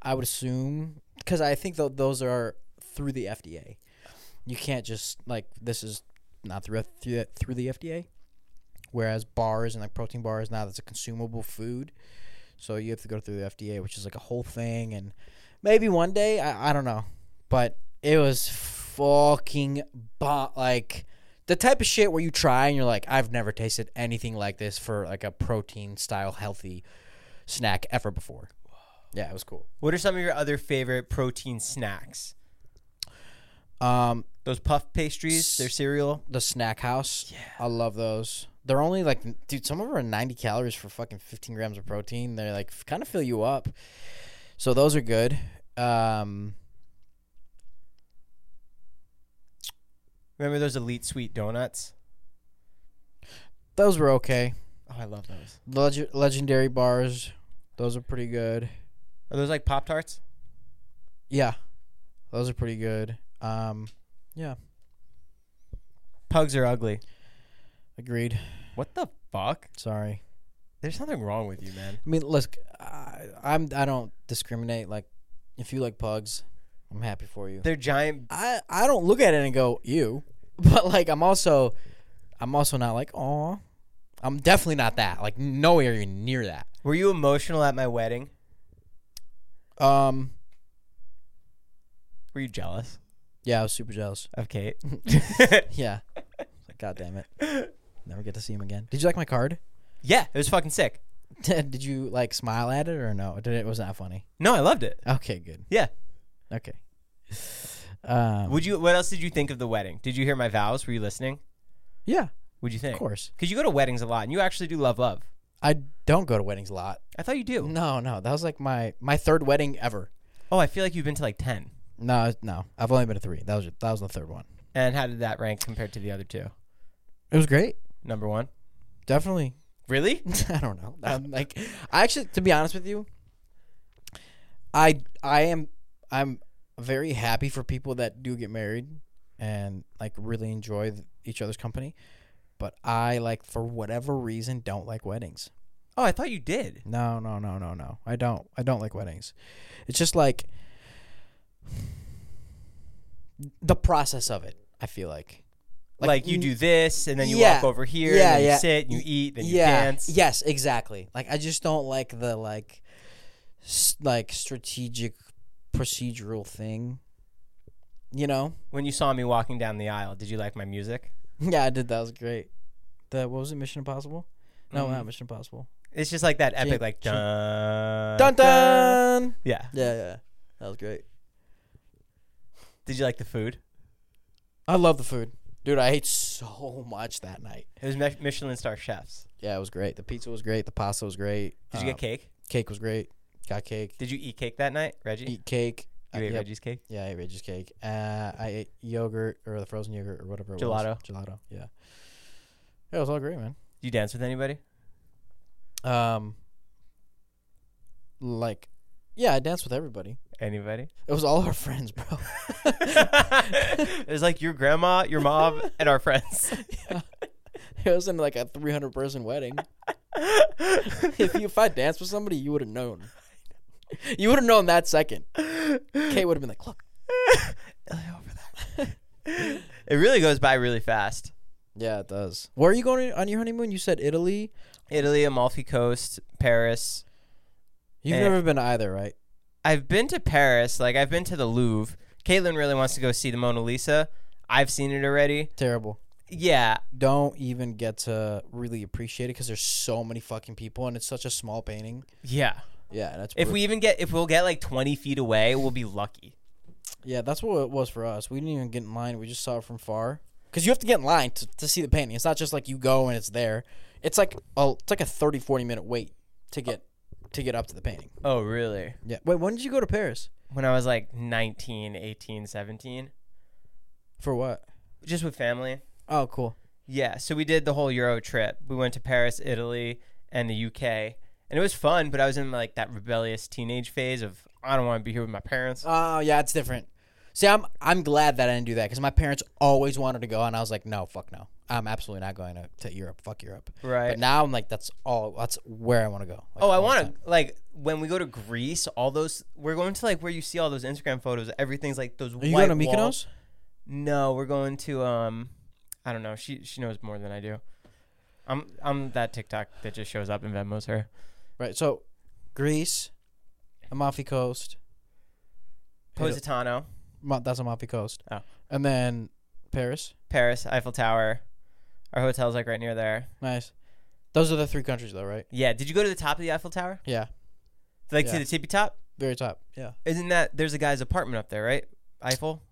I would assume because I think tho- those are through the FDA. You can't just like this is not through F- through the- through the FDA. Whereas bars and like protein bars now that's a consumable food, so you have to go through the FDA, which is like a whole thing. And maybe one day I, I don't know, but it was fucking bo- like the type of shit where you try and you're like I've never tasted anything like this for like a protein style healthy snack ever before. Yeah, it was cool.
What are some of your other favorite protein snacks?
Um,
Those puff pastries, their cereal.
the snack house. Yeah, I love those. They're only like, dude, some of them are 90 calories for fucking 15 grams of protein. They're like kind of fill you up. So those are good. Um,
Remember those elite sweet donuts?
those were okay.
Oh, I love those.
Leg- legendary bars, those are pretty good.
Are those like pop tarts?
Yeah, those are pretty good. Um,
Pugs are ugly.
agreed.
What the fuck?
Sorry.
There's something wrong with you, man.
I mean, look, I, I'm I don't discriminate. Like, if you like pugs, I'm happy for you.
They're giant.
I I don't look at it and go ew, but like I'm also I'm also not like oh, I'm definitely not that like nowhere near that.
Were you emotional at my wedding?
Um,
Were you jealous
yeah, I was super jealous.
of Kate?
Yeah, god damn it, never get to see him again. Did you like my card?
yeah, it was fucking sick.
Did you like smile at it or no? Did it was not funny?
No, I loved it.
Okay, good.
Yeah.
Okay. Um,
Would you? What else did you think of the wedding? Did you hear my vows? Were you listening?
yeah,
Would you think?
of course.
Because you go to weddings a lot, and you actually do love love.
I don't go to weddings a lot.
I thought you do.
No, no, that was like my my third wedding ever.
Oh, I feel like you've been to like ten.
No, no, I've only been to three. That was that was the third one.
And how did that rank compared to the other two?
It was great.
Number one.
Definitely
Really?
I don't know. I'm like, I actually, to be honest with you, I I am I'm very happy for people that do get married and like really enjoy th- each other's company. But I like for whatever reason don't like weddings.
Oh, I thought you did.
No, no, no, no, no. I don't. I don't like weddings. It's just like the process of it. I feel like
Like, you do this, and then you
Yeah.
walk over here,
Yeah,
and then
yeah.
you sit, and you eat, then you
yeah.
dance.
Yes, exactly. Like I just don't like the like s- like strategic procedural thing. You know?
When you saw me walking down the aisle, did you like my music?
Yeah, I did. That was great. The what was it? Mission Impossible? No,
Mm.
not Mission Impossible.
It's just like that epic,
Jing-
like
jing-
dun
Dun dun.
Yeah.
Yeah, yeah. That was great.
Did you like the food?
I love the food, dude. I ate so much that night.
It was Mi- Michelin star chefs.
Yeah, it was great. The pizza was great. The pasta was great.
Did you
Um,
get cake?
Cake was great. Got cake.
Did you eat cake that night, Reggie?
Eat cake.
you
Uh,
ate
yep.
Reggie's cake.
Yeah, I ate Reggie's cake. Uh, I ate yogurt or the frozen yogurt or whatever it
Gelato.
was. Gelato. Yeah. Yeah, it was all great, man.
Did you dance with anybody?
Um, like, yeah, I danced with everybody.
Anybody?
It was all our friends, bro.
it was like your grandma, your mom, and our friends.
it was in like a 300 person wedding. if you if I danced with somebody, you would have known. You would have known that second. Kate would have been like, "Look,
It really goes by really fast.
yeah, it does." Where are you going on your honeymoon? You said Italy.
Italy, Amalfi Coast, Paris.
You've
Eh.
never been to either, right?
I've been to Paris. Like I've been to the Louvre. Caitlin really wants to go see the Mona Lisa. I've seen it already.
Terrible.
Yeah,
Don't even get to really appreciate it because there's so many fucking people and it's such a small painting.
yeah.
Yeah, that's
If
brutal.
we even get, if we'll get like 20 feet away, we'll be lucky.
Yeah, that's what it was for us. We didn't even get in line. We just saw it from far. Cause you have to get in line to, to see the painting. It's not just like you go and it's there. It's like a it's like a 30, 40 minute wait to get to get up to the painting.
Oh, really?
Yeah. Wait, when did you go to Paris?
When I was like 19, 18, 17,
For what?
just with family.
Oh, cool.
Yeah, so we did the whole Euro trip. We went to Paris, Italy, and the UK. And it was fun, but I was in like that rebellious teenage phase of I don't want to be here with my parents.
Oh yeah, it's different. See, I'm I'm glad that I didn't do that because my parents always wanted to go, and I was like, no, fuck no, I'm absolutely not going to, to Europe. Fuck Europe.
Right.
But now I'm like, that's all. That's where I want to go. Like,
oh, I
all the
want
time.
to like when we go to Greece, all those we're going to like where you see all those Instagram photos. Everything's like those.
Are you
white
going to Mykonos?
walls. No, we're going to um, I don't know. She she knows more than I do. I'm I'm that TikTok that just shows up and Venmos her.
Right. So, Greece, Amalfi Coast. Italy-
Positano,
Ma- that's Amalfi Coast.
Oh.
And then Paris.
Paris, Eiffel Tower. Our hotel's like right near there.
Nice. Those are the three countries, though, right?
Yeah. Did you go to the top of the Eiffel Tower?
Yeah.
Like to
Yeah.
the tippy top?
Very top. Yeah.
Isn't that there's a guy's apartment up there, right? Eiffel?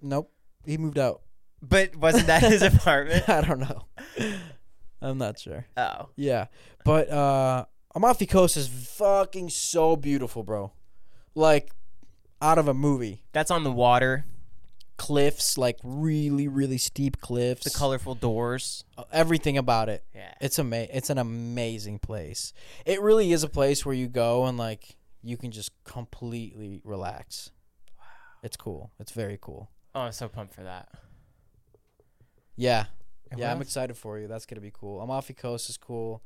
Nope. He moved out.
But wasn't that his apartment?
I don't know. I'm not sure.
Oh.
Yeah. But uh Amalfi Coast is fucking so beautiful, bro. Like out of a movie.
That's on the water,
Cliffs, like really, really steep cliffs. Uh,
the colorful doors.
everything about it.
Yeah.
It's ama- it's an amazing place. It really is a place where you go and like you can just completely relax. It's cool. It's very cool.
Oh, I'm so pumped for that.
Yeah.
And
yeah,
what
I'm
else?
excited for you. That's going to be cool. Amalfi Coast is cool.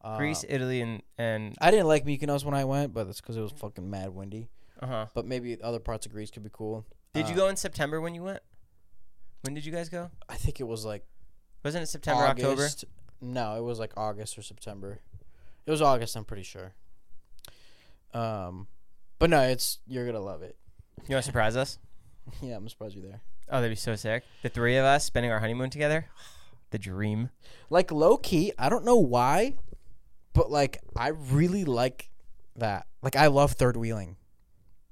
Uh,
Greece, Italy and and
I didn't like Mykonos when I went, but that's cuz it was fucking mad windy.
uh-huh.
But maybe other parts of Greece could be cool.
Did
Uh,
you go in September when you went? When did you guys go?
I think it was like
Wasn't it September, October?
August. No, it was like August or September. It was August, I'm pretty sure. Um, but no, it's you're gonna love it.
You want to surprise us?
Yeah, I'm surprised you're there.
Oh, that'd be so sick. The three of us spending our honeymoon together. The dream.
Like low key, I don't know why, but like I really like that. Like I love third wheeling.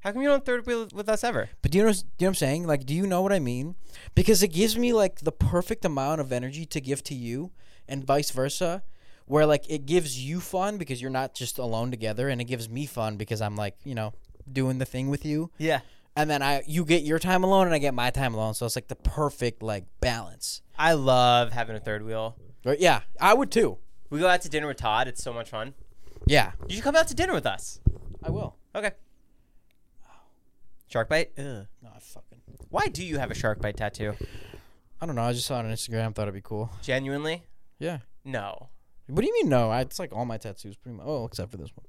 How come you don't third wheel with us ever?
But do you know do you know what I'm saying? Like, do you know what I mean? Because it gives me like the perfect amount of energy to give to you, and vice versa, where like it gives you fun because you're not just alone together, and it gives me fun because I'm like you know doing the thing with you,
Yeah.
and then I you get your time alone and I get my time alone, so it's like the perfect like balance.
I love having a third wheel.
Right? Yeah, I would too.
We go out to dinner with Todd. It's so much fun.
Yeah,
You should come out to dinner with us.
I will.
Okay. Shark bite? Ugh.
No, I fucking.
Why do you have a shark bite tattoo?
I don't know. I just saw it on Instagram. Thought it'd be cool.
Genuinely?
Yeah.
No.
What do you mean no? I, it's like all my tattoos, pretty much. Oh, except for this one.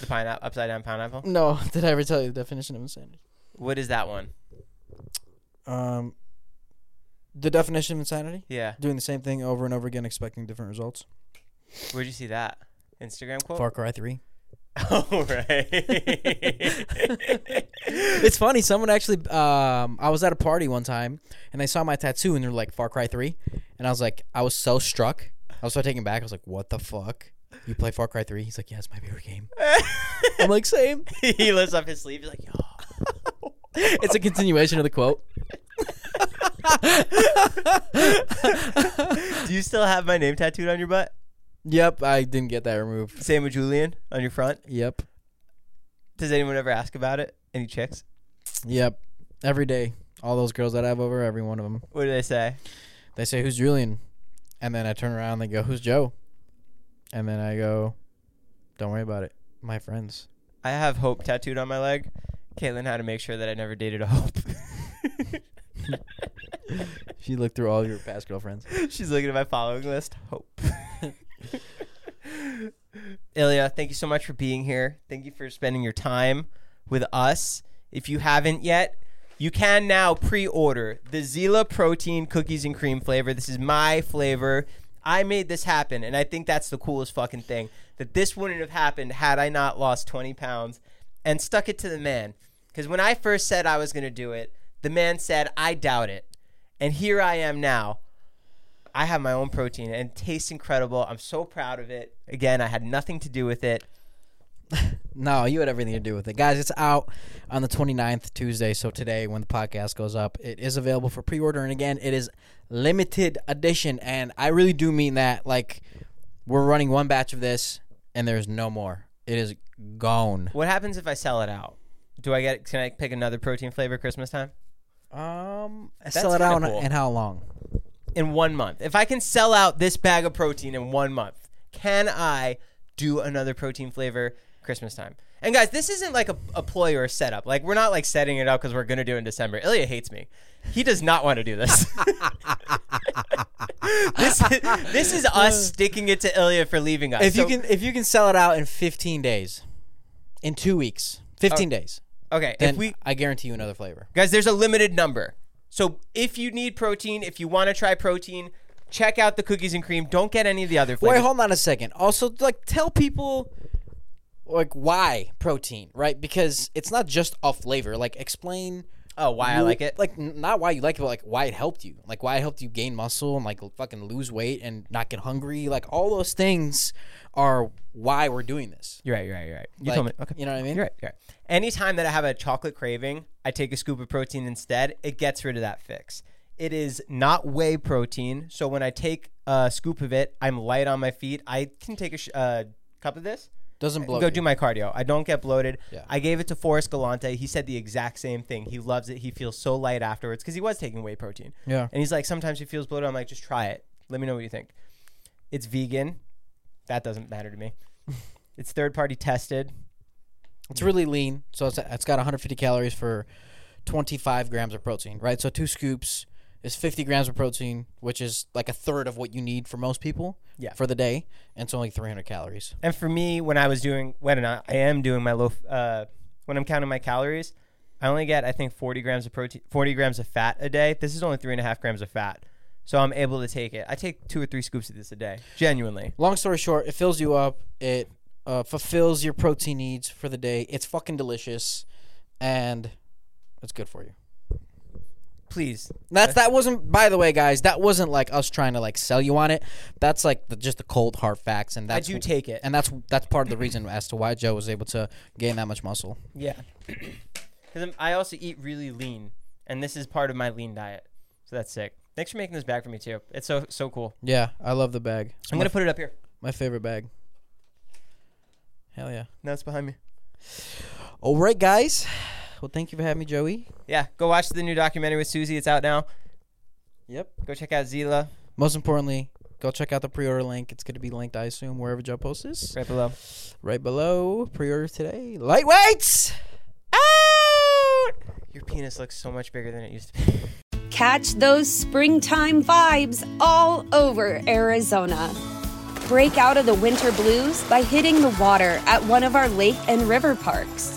The pineapple upside down pineapple?
No, did I ever tell you the definition of insanity?
What is that one?
Um, The definition of insanity?
Yeah.
Doing the same thing over and over again, expecting different results.
Where'd you see that? Instagram quote?
Far Cry 3.
Oh, right.
It's funny. Someone actually, um, I was at a party one time and they saw my tattoo and they're like, Far Cry 3. And I was like, I was so struck. I was so taken back. I was like, what the fuck? You play Far Cry 3? He's like, yeah, it's my favorite game. I'm like, same.
he lifts up his sleeve. He's like, yo.
It's a continuation of the quote.
Do you still have my name tattooed on your butt?
Yep, I didn't get that removed.
Same with Julian on your front.
Yep.
Does anyone ever ask about it? Any chicks?
Yep. Every day. All those girls that I have over, every one of them.
What do they say?
They say, Who's Julian? And then I turn around and they go, Who's Joe? And then I go, Don't worry about it. My friends.
I have hope tattooed on my leg. Caitlin had to make sure that I never dated a hope.
She looked through all your past girlfriends.
She's looking at my following list. Hope. Ilya, thank you so much for being here. Thank you for spending your time with us. If you haven't yet, you can now pre order the Zila Protein Cookies and Cream flavor. This is my flavor. I made this happen, and I think that's the coolest fucking thing that this wouldn't have happened had I not lost 20 pounds and stuck it to the man. Because when I first said I was going to do it, the man said, I doubt it. And here I am now. I have my own protein and it tastes incredible. I'm so proud of it. Again, I had nothing to do with it.
No, you had everything to do with it. Guys, it's out on the 29th, Tuesday. So today, when the podcast goes up, it is available for pre order. And again, it is limited edition. And I really do mean that. Like, we're running one batch of this, and there's no more. It is gone.
What happens if I sell it out? Do I get can I pick another protein flavor Christmas time?
Um,
That's
sell it
kinda
out
cool.
and how long?
In 1 month. If I can sell out this bag of protein in 1 month, can I do another protein flavor Christmas time? And guys, this isn't like a, a ploy or a setup. Like we're not like setting it up because we're gonna do it in December. Ilya hates me. He does not want to do this. this, is, this is us sticking it to Ilya for leaving us.
If you
So-
can, if you can sell it out in 15 days, in two weeks, 15 days,
okay,
then
Oh, if we
I guarantee you another flavor.
Guys, there's a limited number. So if you need protein, if you want to try protein, check out the cookies and cream. Don't get any of the other
Wait,
flavors.
hold on a second. Also, like, tell people like why protein, right? Because it's not just a flavor. Like, explain
oh, why I like it.
Like, n- not why you like it, but like why it helped you. Like, why it helped you gain muscle and like l- fucking lose weight and not get hungry. Like, all those things are why we're doing this.
You're right, you're right, you're right. You
Like,
told me. Okay.
You know what I mean?
You're right, you're right. Anytime that I have a chocolate craving, I take a scoop of protein instead. It gets rid of that fix. It is not whey protein. So when I take a scoop of it, I'm light on my feet. I can take a sh- uh, cup of this.
Doesn't blow.
Go do my cardio. I don't get bloated.
Yeah.
I gave it to Forrest Galante. He said the exact same thing. He loves it. He feels so light afterwards because he was taking whey protein.
Yeah.
And he's like, sometimes he feels bloated. I'm like, just try it. Let me know what you think. It's vegan. That doesn't matter to me. it's third party tested.
It's really lean, so it's it's got 150 calories for 25 grams of protein, right? So two scoops is 50 grams of protein, which is like a third of what you need for most people
Yeah.
for the day, and it's only 300 calories.
And for me, when I was doing, when I I am doing my low, uh, when I'm counting my calories, I only get, I think, 40 grams of protein, 40 grams of fat a day. This is only three and a half grams of fat. So I'm able to take it. I take two or three scoops of this a day, genuinely.
Long story short, it fills you up. It uh, fulfills your protein needs for the day. It's fucking delicious, and it's good for you.
Please
That's that wasn't. By the way, guys, that wasn't like us trying to like sell you on it. That's like the, just the cold hard facts, and that's
I do take it.
and that's that's part of the reason as to why Joe was able to gain that much muscle.
Yeah. Because I also eat really lean, and this is part of my lean diet. So that's sick. Thanks for making this bag for me too. It's so so cool.
Yeah, I love the bag. It's
I'm
my,
gonna put it up here.
my favorite bag. Hell yeah.
No, it's behind me.
All right, guys. Well, thank you for having me, Joey.
Yeah, go watch the new documentary with Susie. It's out now.
Yep.
Go check out Zila
Most importantly, go check out the pre-order link. It's going to be linked, I assume, wherever Joe posts this.
right below.
Right below, pre-order today. Lightweights!
Out. Your penis looks so much bigger than it used to be.
Catch those springtime vibes all over Arizona. Break out of the winter blues by hitting the water at one of our lake and river parks.